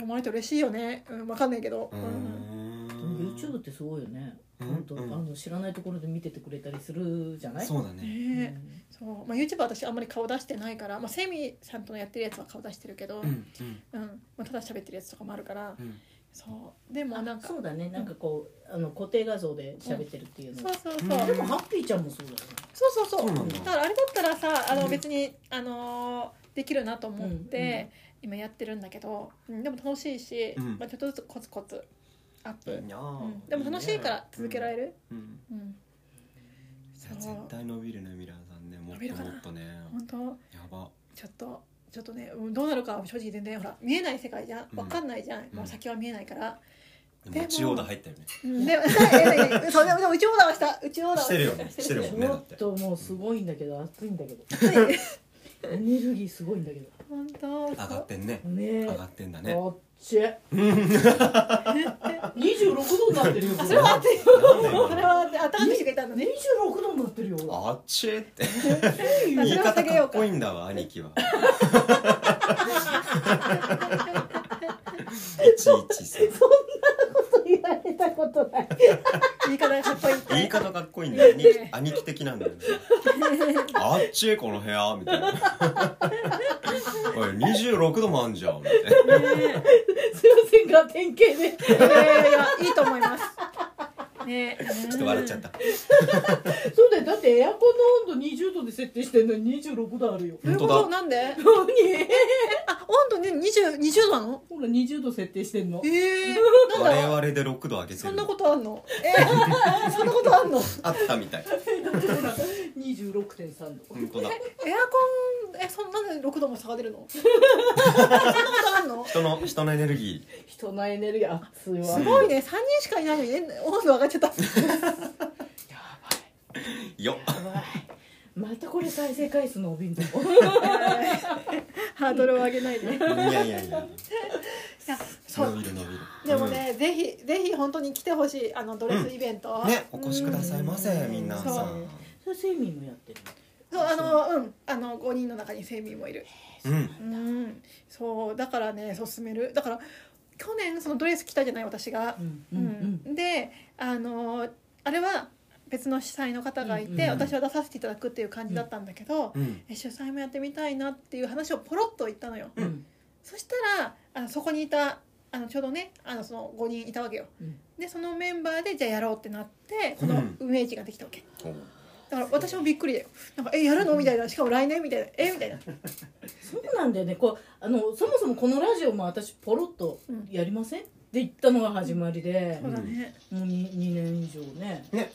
Speaker 1: 思われて嬉しいよね、うん、わかんないけど、
Speaker 2: う
Speaker 1: う
Speaker 2: ー
Speaker 1: ん、
Speaker 2: ん
Speaker 3: YouTube ってすごいよね、
Speaker 2: うん
Speaker 3: 本当
Speaker 2: うん
Speaker 3: あの知らないところで見ててくれたりするじゃない
Speaker 2: そうだね
Speaker 1: ねえ
Speaker 3: うん
Speaker 1: そう、まあ、YouTube は私あんまり顔出してないから、まあ、セミさんとのやってるやつは顔出してるけど、
Speaker 2: う
Speaker 1: うん
Speaker 2: んうん
Speaker 1: まあ、ただ喋ってるやつとかもあるから
Speaker 2: うん
Speaker 1: そうでも
Speaker 3: あ
Speaker 1: なんか
Speaker 3: そうだねなんかこう、あの固定画像で喋ってるっていうの、
Speaker 1: そうそうそう、
Speaker 2: うん
Speaker 3: でもハッピーちゃんもそうだよね
Speaker 1: そうそうそう
Speaker 2: そうなん
Speaker 1: だか
Speaker 2: だ
Speaker 1: らあれだったらさあ
Speaker 3: う
Speaker 1: の
Speaker 3: ん
Speaker 1: 別に、あのーできるなと思っ
Speaker 3: うんう
Speaker 1: て、今やってるんだけど、うん、でも楽しいし、
Speaker 2: うん
Speaker 1: まあ、ちょっとずつコツコツアップ、
Speaker 2: いいなあ
Speaker 1: うんでも楽しいから続けられ
Speaker 2: る
Speaker 1: る、
Speaker 2: うん
Speaker 1: うん、
Speaker 2: いや絶対伸びるねミラーさんねもっ
Speaker 1: 伸びる
Speaker 2: と
Speaker 1: か
Speaker 2: も
Speaker 1: な
Speaker 2: っとね
Speaker 1: 本当
Speaker 2: やば
Speaker 1: ちょっとちょっとねうんどうなるかは正直全然ほら見えない世界じゃん
Speaker 2: うん
Speaker 1: わかんないじゃん、もう先は見えないから、
Speaker 2: でもうちオーダー入ったよね
Speaker 1: うん、でもえそうでもでもうちオーダーはしたうちオーダーは
Speaker 2: してるよ
Speaker 1: [LAUGHS]
Speaker 2: ねしてるもんね
Speaker 3: も
Speaker 2: だ
Speaker 3: っ
Speaker 2: って
Speaker 3: ともうすごいんだけど熱いんだけど
Speaker 1: はい
Speaker 3: エネルギーすごいんだけど
Speaker 1: 本当
Speaker 2: 上がってんね
Speaker 3: ね
Speaker 2: 上
Speaker 3: え
Speaker 2: がってんだね
Speaker 3: こっち26度になってるよ
Speaker 1: それは熱い
Speaker 2: なんだよ
Speaker 1: それは熱いあったかくしてくれたのね
Speaker 3: 26度になってるよ
Speaker 2: あっちって
Speaker 3: 暑いよ
Speaker 1: あ
Speaker 2: 言
Speaker 1: そ
Speaker 2: い
Speaker 1: れは
Speaker 2: 方
Speaker 1: 下げよ
Speaker 2: か
Speaker 1: う
Speaker 2: っ
Speaker 1: か
Speaker 2: こいいんだわ兄貴は
Speaker 1: [LAUGHS]
Speaker 2: いちいちさ
Speaker 3: 言われたことない
Speaker 1: 言い方がかっこいいって
Speaker 2: 言い方かっこいいん
Speaker 1: [LAUGHS]
Speaker 2: だよね兄貴的なんだよねあっちこの部屋みたいな [LAUGHS] おい26度もあんじゃんみたい
Speaker 3: すいませんが典型で
Speaker 1: いやいやいやいいと思いますね、
Speaker 2: ちょっと笑っちゃった。
Speaker 3: そうだよだってエアコンの温度20度で設定してんのに26度あるよ
Speaker 1: どういうこ
Speaker 2: 本当
Speaker 1: となんで
Speaker 3: 何
Speaker 1: あ温度ね20 20度なの
Speaker 3: ほら20度設定してんの
Speaker 1: えー、なん
Speaker 2: 我
Speaker 1: だ
Speaker 2: 々で6度上げてる。
Speaker 1: そんなことあんのえー、そんなことあんの
Speaker 2: あったみたい。
Speaker 3: 26.3度
Speaker 2: 本当だ。
Speaker 1: エアコンえそんなんで6度も下が出るのそんなことあんの
Speaker 2: 人の人のエネルギ
Speaker 3: 人のエネルギー熱いわ
Speaker 1: すごいね3人しかいないのにね温度上がっちゃった
Speaker 2: ーよ。
Speaker 3: やばいまたこれ再生回数伸び [LAUGHS] んぞ
Speaker 1: ハードルを上げないで
Speaker 2: いやいやいや。
Speaker 1: そ
Speaker 2: 伸
Speaker 1: う
Speaker 2: びる伸びる。
Speaker 1: でもね、ぜひぜひ本当に来てほしいあのドレスイベント、
Speaker 2: うん。ねお越しくださいませ
Speaker 3: うん
Speaker 2: みんなさ
Speaker 1: そ
Speaker 2: ん。
Speaker 3: それセミもやってる
Speaker 1: そうあのうんあの5人の中にセミもいる
Speaker 2: うん。
Speaker 1: うんそうだからね勧めるだから去年そのドレス着たじゃない私が
Speaker 3: う、んう
Speaker 1: うん
Speaker 3: うんん
Speaker 1: であのあれは別の主催の方がいて、
Speaker 3: うんうんうん
Speaker 1: 私は出させていただくっていう感じだったんだけど、
Speaker 2: うん。
Speaker 1: え主催もやってみたいなっていう話をポロッと言ったのよ、
Speaker 3: うん
Speaker 1: そしたらあのそこにいたあのちょうどねあのその5人いたわけよ
Speaker 3: うん
Speaker 1: でそのメンバーでじゃあやろうってなってこの運営陣ができたわけ、だから私もびっくりだよなんか「えやるの?」みたいなしかも来年みたいな「えみたいな
Speaker 3: そうなんだよねこうあのそもそもこのラジオも私ポロッと「やりません?」って言ったのが始まりで
Speaker 1: そ、うだね、
Speaker 3: もう 2, 2年以上ね
Speaker 2: ね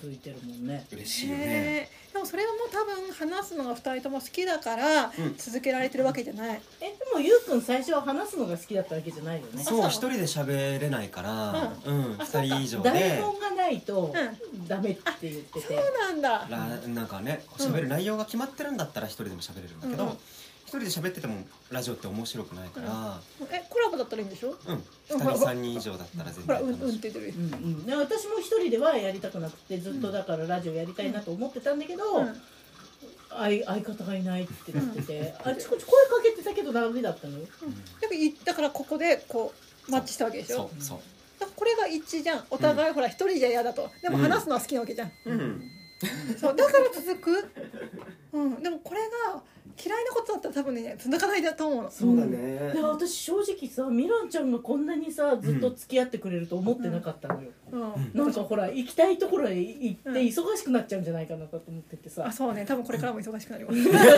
Speaker 3: 続いてるもんね
Speaker 2: 嬉しいよね。
Speaker 1: へえでもそれはもう多分話すのが2人とも好きだから、
Speaker 2: ん
Speaker 1: 続けられてるわけじゃない
Speaker 3: えでもゆうくん最初は話すのが好きだったわけじゃないよね
Speaker 2: そう一人で喋れないから、うん二人以上
Speaker 3: 台
Speaker 2: で。
Speaker 3: 本がないと
Speaker 1: う
Speaker 3: ダメって言ってて、
Speaker 1: そうなんだ
Speaker 2: らなんかね喋る内容が決まってるんだったら一人でも喋れるんだけど、
Speaker 1: うんうん
Speaker 2: 一人で喋っててもラジオって面白くないから、
Speaker 1: えコラボだったらいいんでしょ
Speaker 2: うん2人3人以上だったら全
Speaker 1: ほら「
Speaker 2: 然
Speaker 1: うんう
Speaker 2: 楽
Speaker 1: ん」っ
Speaker 2: しい
Speaker 1: て言ってる
Speaker 3: うんうん、で私も一人ではやりたくなくてずっとだからラジオやりたいなと思ってたんだけど、
Speaker 1: うん
Speaker 3: 相相方がいないってなってて、あちこち声かけてたけどダメだったのよ
Speaker 1: やっぱいだからここでこうマッチしたわけでしょ
Speaker 2: そうそう
Speaker 1: だからこれが一致じゃんお互いほら一人じゃ嫌だとでも
Speaker 2: うん
Speaker 1: 話すのは好きなわけじゃん、
Speaker 2: うん
Speaker 1: そうだから続く、うん、でもこれが嫌いなことだったら多分ね続かないだと思うの
Speaker 3: そうだ
Speaker 2: ね
Speaker 3: で私正直さミランちゃんがこんなにさずっと付き合ってくれると思ってなかったのよ、
Speaker 1: うん、
Speaker 3: なんかほら行きたいところへ行って
Speaker 1: うん
Speaker 3: 忙しくなっちゃうんじゃないかなと思っててさ
Speaker 1: [LAUGHS] あ、そうね多分これからも忙しくなります、
Speaker 3: だよ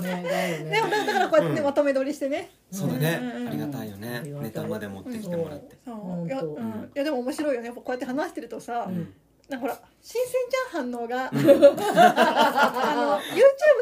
Speaker 3: ねだよ
Speaker 1: で
Speaker 3: ね
Speaker 1: もだだからこうやってね
Speaker 2: うん
Speaker 1: まとめ撮りしてね
Speaker 2: そうだね、
Speaker 1: うんうん
Speaker 2: ありがたいよ
Speaker 3: あ
Speaker 2: ね
Speaker 3: りがたい
Speaker 2: ネタまで持ってきてもらって、
Speaker 1: そう
Speaker 3: 本
Speaker 1: いや,、
Speaker 3: 当
Speaker 1: うん、いやでも面白いよねやっぱこうやって話してるとさ、
Speaker 3: うん
Speaker 1: なんかほら新鮮じゃん反応があ [LAUGHS] の
Speaker 2: う
Speaker 1: YouTube
Speaker 2: ん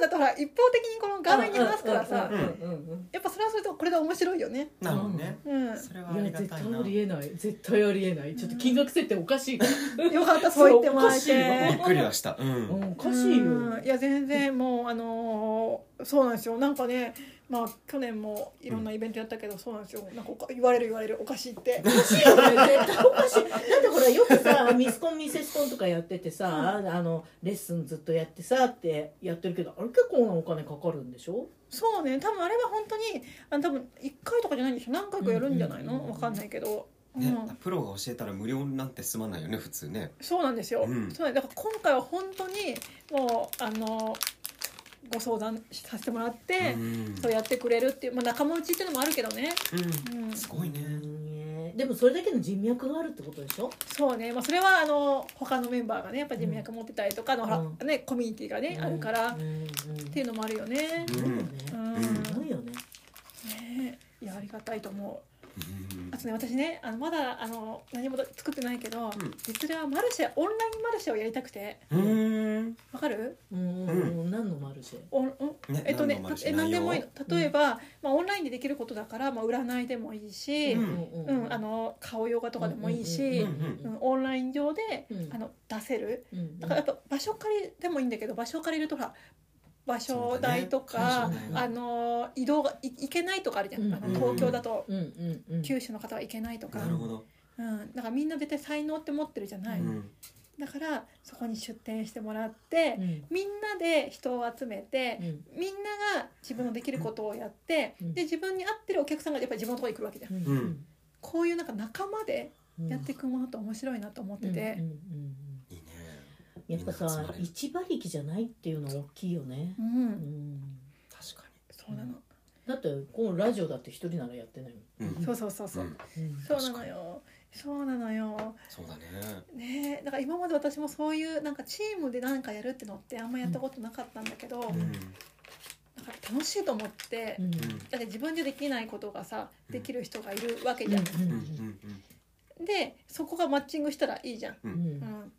Speaker 1: だとほら一方的にこの画面に話すからさ、
Speaker 3: うんうんうんうん
Speaker 1: やっぱそれはそれとこれで面白いよね
Speaker 2: なるほどね、
Speaker 1: うん
Speaker 2: それはあ
Speaker 3: いや
Speaker 2: りが
Speaker 3: 絶
Speaker 2: たい
Speaker 3: 対
Speaker 2: な
Speaker 3: ありえない絶対ありえないちょっと金額設定おかしいから
Speaker 1: よかったそう言ってもら
Speaker 3: そうお
Speaker 1: え
Speaker 3: かしい
Speaker 1: て
Speaker 3: わ
Speaker 2: びっくりはしたうん、
Speaker 3: うんおかしいよ
Speaker 1: うんいや全然もうあのーそうなんですよなんかねまあ去年もいろんなイベントやったけど、そうなんですよなんかおか言われる言われるおかしいって
Speaker 3: おかしいよね絶対おかしいだってほらよくさミスコンミセスコンとかやっててさ、あのレッスンずっとやってさってやってるけどあれ結構なお金かかるんでしょ
Speaker 1: そうね多分あれは本当にあの多分1回とかじゃないんでしょ何回かやるんじゃないの、
Speaker 3: うんうんうん
Speaker 1: わかんないけど、
Speaker 2: ね
Speaker 1: うん、
Speaker 2: プロが教えたら無料なんて済まないよね普通ね
Speaker 1: そうなんですよ、
Speaker 2: うん
Speaker 1: そうなんだから今回は本当にもうあのご相談させてもらって、
Speaker 2: うん
Speaker 1: そうやってくれるっていう、まあ、仲間内っていうのもあるけどね、
Speaker 2: う
Speaker 1: うん
Speaker 2: ん、すごいね、
Speaker 3: ねでもそれだけの人脈があるってことでしょ
Speaker 1: そうね、まあ、それはあの他のメンバーがねやっぱ人脈持ってたりとかあの、
Speaker 3: うん
Speaker 1: ほらねコミュニティがね、あるから
Speaker 3: う
Speaker 1: っ
Speaker 3: んうん
Speaker 1: ていうのもあるよね。
Speaker 2: うん
Speaker 1: う
Speaker 3: うん
Speaker 1: ん
Speaker 3: すごいよね
Speaker 1: ねいやありがたいと思う
Speaker 2: うん
Speaker 1: あとね私ねあのまだあの何も作ってないけど、
Speaker 2: ん
Speaker 1: 実はマルシェオンラインマルシェをやりたくて
Speaker 2: うん
Speaker 1: わかる
Speaker 3: うんうんうん何のマルシェ
Speaker 1: おんん
Speaker 2: ね
Speaker 1: えっと
Speaker 2: 何
Speaker 1: ね
Speaker 2: のマルシェ
Speaker 1: え何でもいいの
Speaker 3: 容
Speaker 1: 例えば、まあ、オンラインでできることだから、まあ、占いでもいいし、
Speaker 2: う
Speaker 1: うんん
Speaker 3: う
Speaker 1: あの顔ヨガとかでもいいし、
Speaker 3: うん
Speaker 1: うんオンライン上で、
Speaker 3: うん
Speaker 1: あの出せる
Speaker 3: うんうん
Speaker 1: だからやっぱ場所借りでもいいんだけど場所借りるとほら場所代と
Speaker 2: そ
Speaker 1: か、
Speaker 2: うだね
Speaker 1: あの移動がい行けないとかあるじゃん、
Speaker 3: うん
Speaker 1: あの東京だと
Speaker 3: うんうんうん
Speaker 1: 九州の方は行けないとか、
Speaker 2: なるほど、
Speaker 1: うん、だからみんな絶対才能って持ってるじゃない、
Speaker 2: うん
Speaker 1: だからそこに出店してもらって、
Speaker 3: うん
Speaker 1: みんなで人を集めて
Speaker 3: う、ん
Speaker 1: みんなが自分のできることをやって、
Speaker 3: うん
Speaker 1: で自分に合ってるお客さんがやっぱり自分のところに来るわけじゃん、
Speaker 3: うん
Speaker 2: うん
Speaker 1: こういうなんか仲間でやっていくものって面白いなと思ってて、
Speaker 3: うんうんうん
Speaker 2: いいね
Speaker 3: うんやっぱ
Speaker 2: みんな集
Speaker 3: さ
Speaker 2: まれる
Speaker 3: 一馬力じゃないっていうのは大きいよね
Speaker 1: う、、
Speaker 3: うんん、
Speaker 2: 確か
Speaker 1: そうなの、
Speaker 3: だってこのラジオだって一人ならやってないもん、
Speaker 2: に、うん
Speaker 1: そうそうそうそう、
Speaker 2: うん
Speaker 3: うん
Speaker 1: そうなのよ。そうなのよ
Speaker 2: そうだね
Speaker 1: ねえだから今まで私もそういうなんかチームで何かやるってのってあんまやったことなかったんだけど、
Speaker 2: う
Speaker 1: だ
Speaker 2: ん
Speaker 1: から楽しいと思って、
Speaker 3: うん
Speaker 1: だって自分じゃできないことがさ
Speaker 2: うん
Speaker 1: できる人がいるわけ
Speaker 3: うん
Speaker 1: じゃん、
Speaker 2: うんう
Speaker 3: うん
Speaker 2: ん
Speaker 1: でそこがマッチングしたらいいじゃん、
Speaker 2: うんう
Speaker 3: うんん
Speaker 1: うん、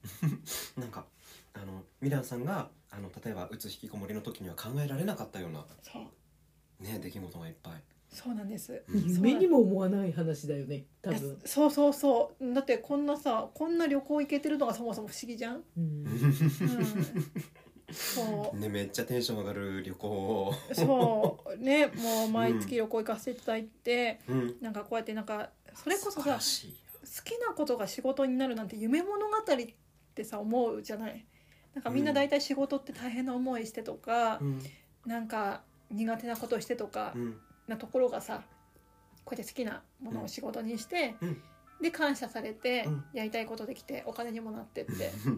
Speaker 2: なんかあのミラーさんがあの例えばうつ引きこもりの時には考えられなかったような
Speaker 1: そう
Speaker 2: ね出来事がいっぱい、
Speaker 1: そうなんです
Speaker 2: うん
Speaker 3: 夢にも思わない話だよね多
Speaker 1: いや
Speaker 3: 分、
Speaker 1: そうそうそうだってこんなさこんな旅行行けてるのがそもそも不思議じゃん、
Speaker 3: うん、
Speaker 1: うん、そう
Speaker 2: ねめっちゃテンション上がる旅行を、
Speaker 1: そうねもう毎月旅行行かせていただいて、
Speaker 2: うん、
Speaker 1: なんかこうやってなんかそれこそ
Speaker 2: 素晴
Speaker 1: さ
Speaker 2: らしい
Speaker 1: 好きなことが仕事になるなんて夢物語ってさ思うじゃないなんかみんな大体仕事って大変な思いしてとか
Speaker 2: う、ん
Speaker 1: なんか苦手なことしてとか
Speaker 2: うん
Speaker 1: なところがさこうやって好きなものを仕事にして、
Speaker 2: うん
Speaker 1: で感謝されて、
Speaker 2: うん
Speaker 1: やりたいことできてお金にもなってって、いやそんな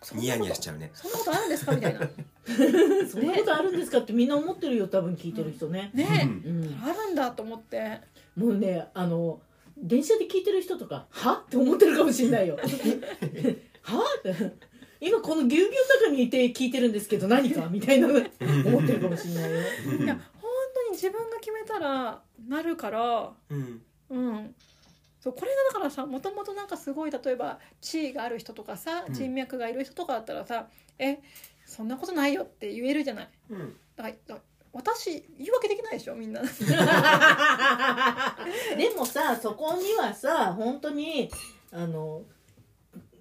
Speaker 1: こと
Speaker 2: ニヤニヤしちゃうね
Speaker 1: そんなことあるんですかみたいなね
Speaker 3: そんなことあるんですかってみんな思ってるよ多分聞いてる人ね、
Speaker 2: う
Speaker 1: え
Speaker 2: ん
Speaker 3: うん、
Speaker 1: あるんだと思って
Speaker 3: もうねあの電車で聞いてる人とか「は?」って思ってるかもしれないよ。 [LAUGHS] はって今このぎゅうぎゅうの中にいて聞いてるんですけど何かみたいなね思ってるかもしれないよ。
Speaker 1: いや本当に自分が決めたらなるから
Speaker 2: うん
Speaker 1: うんそうこれがだからさもともとなんかすごい例えば地位がある人とかさ
Speaker 2: うん
Speaker 1: 人脈がいる人とかだったらさ「えそんなことないよ」って言えるじゃない。
Speaker 2: うん
Speaker 1: だからだ私言い訳できないでしょみんな [LAUGHS]
Speaker 3: [LAUGHS] でもさそこにはさ本当にあの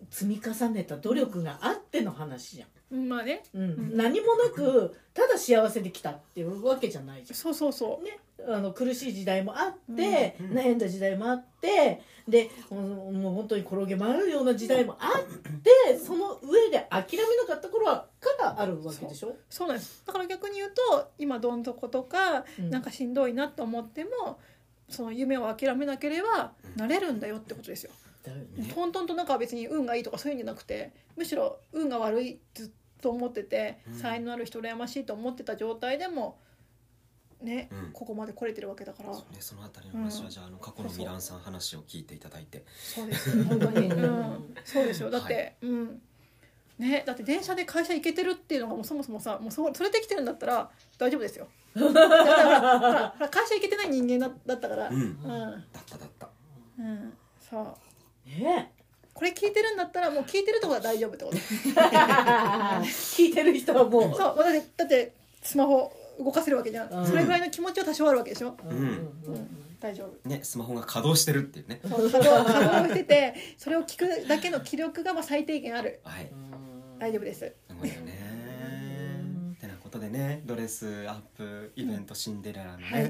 Speaker 3: 積み重ねた努力があっての話じゃん。
Speaker 1: うんまあね
Speaker 3: うん、何もなくただ幸せできたっていうわけじゃないじゃん。
Speaker 1: そうそうそ
Speaker 3: ね、あの苦しい時代もあって、
Speaker 2: うんうん
Speaker 3: 悩んだ時代もあってでもうもう本当に転げ回るような時代もあってその上で諦めなかった頃はからあるわけでしょ
Speaker 1: う、そうなんですだから逆に言うと今どん底とか
Speaker 3: うん
Speaker 1: なんかしんどいなと思ってもその夢を諦めなければなれるんだよってことですよ。
Speaker 3: だよね
Speaker 2: ね
Speaker 1: トントンとなんか別に運がいいとかそういうんじゃなくてむしろ運が悪いずっと思ってて
Speaker 2: うん
Speaker 1: 才能ある人羨ましいと思ってた状態でもね、
Speaker 2: うん
Speaker 1: ここまで来れてるわけだから
Speaker 2: そうねそのあたりの話は、
Speaker 1: うん
Speaker 2: じゃああの過去のミランさん話を聞いていただいて
Speaker 1: そうですよ本当に、
Speaker 3: う
Speaker 1: うんん、そうですよだって、
Speaker 2: は
Speaker 1: うんねだって電車で会社行けてるっていうのがもうそもそもさもうそそれできてるんだったら大丈夫ですよだからほらほらほら会社行けてない人間だだったから
Speaker 2: う
Speaker 1: うんん、うん
Speaker 2: だっただった
Speaker 1: そう
Speaker 3: ね [LAUGHS]
Speaker 1: これ聞いてるんだったらもう聞いてるとこは大丈夫ってこと
Speaker 3: 聞いてる人はもう
Speaker 1: そうだってだってスマホ動かせるわけじゃん、
Speaker 3: うん
Speaker 1: それぐらいの気持ちは多少あるわけでしょ、
Speaker 3: うんうんう
Speaker 1: うんん、大丈夫
Speaker 2: ねスマホが稼働してるっていうね
Speaker 1: そう稼働稼働しててそれを聞くだけの気力がまあ最低限ある
Speaker 2: はい
Speaker 1: 大丈夫です
Speaker 2: すごいよね
Speaker 3: うん
Speaker 2: てなことでねドレスアップイベントシンデレラのね、
Speaker 1: はい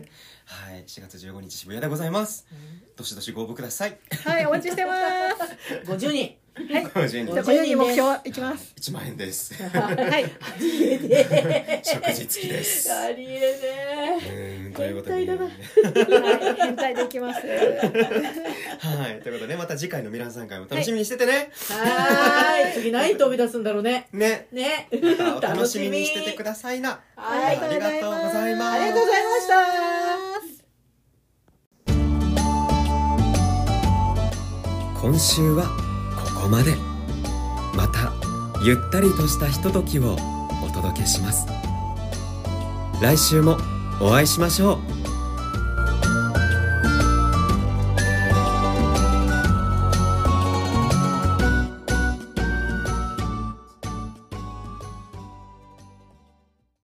Speaker 2: はい4月15日渋谷でございますどしどしご応募ください
Speaker 1: はいお待ちしてます
Speaker 3: 50人 [LAUGHS]
Speaker 2: [LAUGHS] 50
Speaker 1: じゃ
Speaker 2: 人
Speaker 1: あこれより目標はいきます
Speaker 2: 1万円です
Speaker 1: はい
Speaker 2: 食事付きです
Speaker 3: ありえね
Speaker 2: うーんということで、
Speaker 3: 変態だな
Speaker 1: [LAUGHS] はい変態でいきます
Speaker 2: はいということでまた次回のミランさん会も楽しみにしててね、
Speaker 3: はーい次何飛び出すんだろうね [LAUGHS]
Speaker 2: ね
Speaker 3: ね
Speaker 2: またお楽しみにしててくださいな
Speaker 3: はい
Speaker 2: ありがとうございます
Speaker 3: ありがとうございました
Speaker 4: 今週はここまでまたゆったりとしたひとときをお届けします来週もお会いしましょう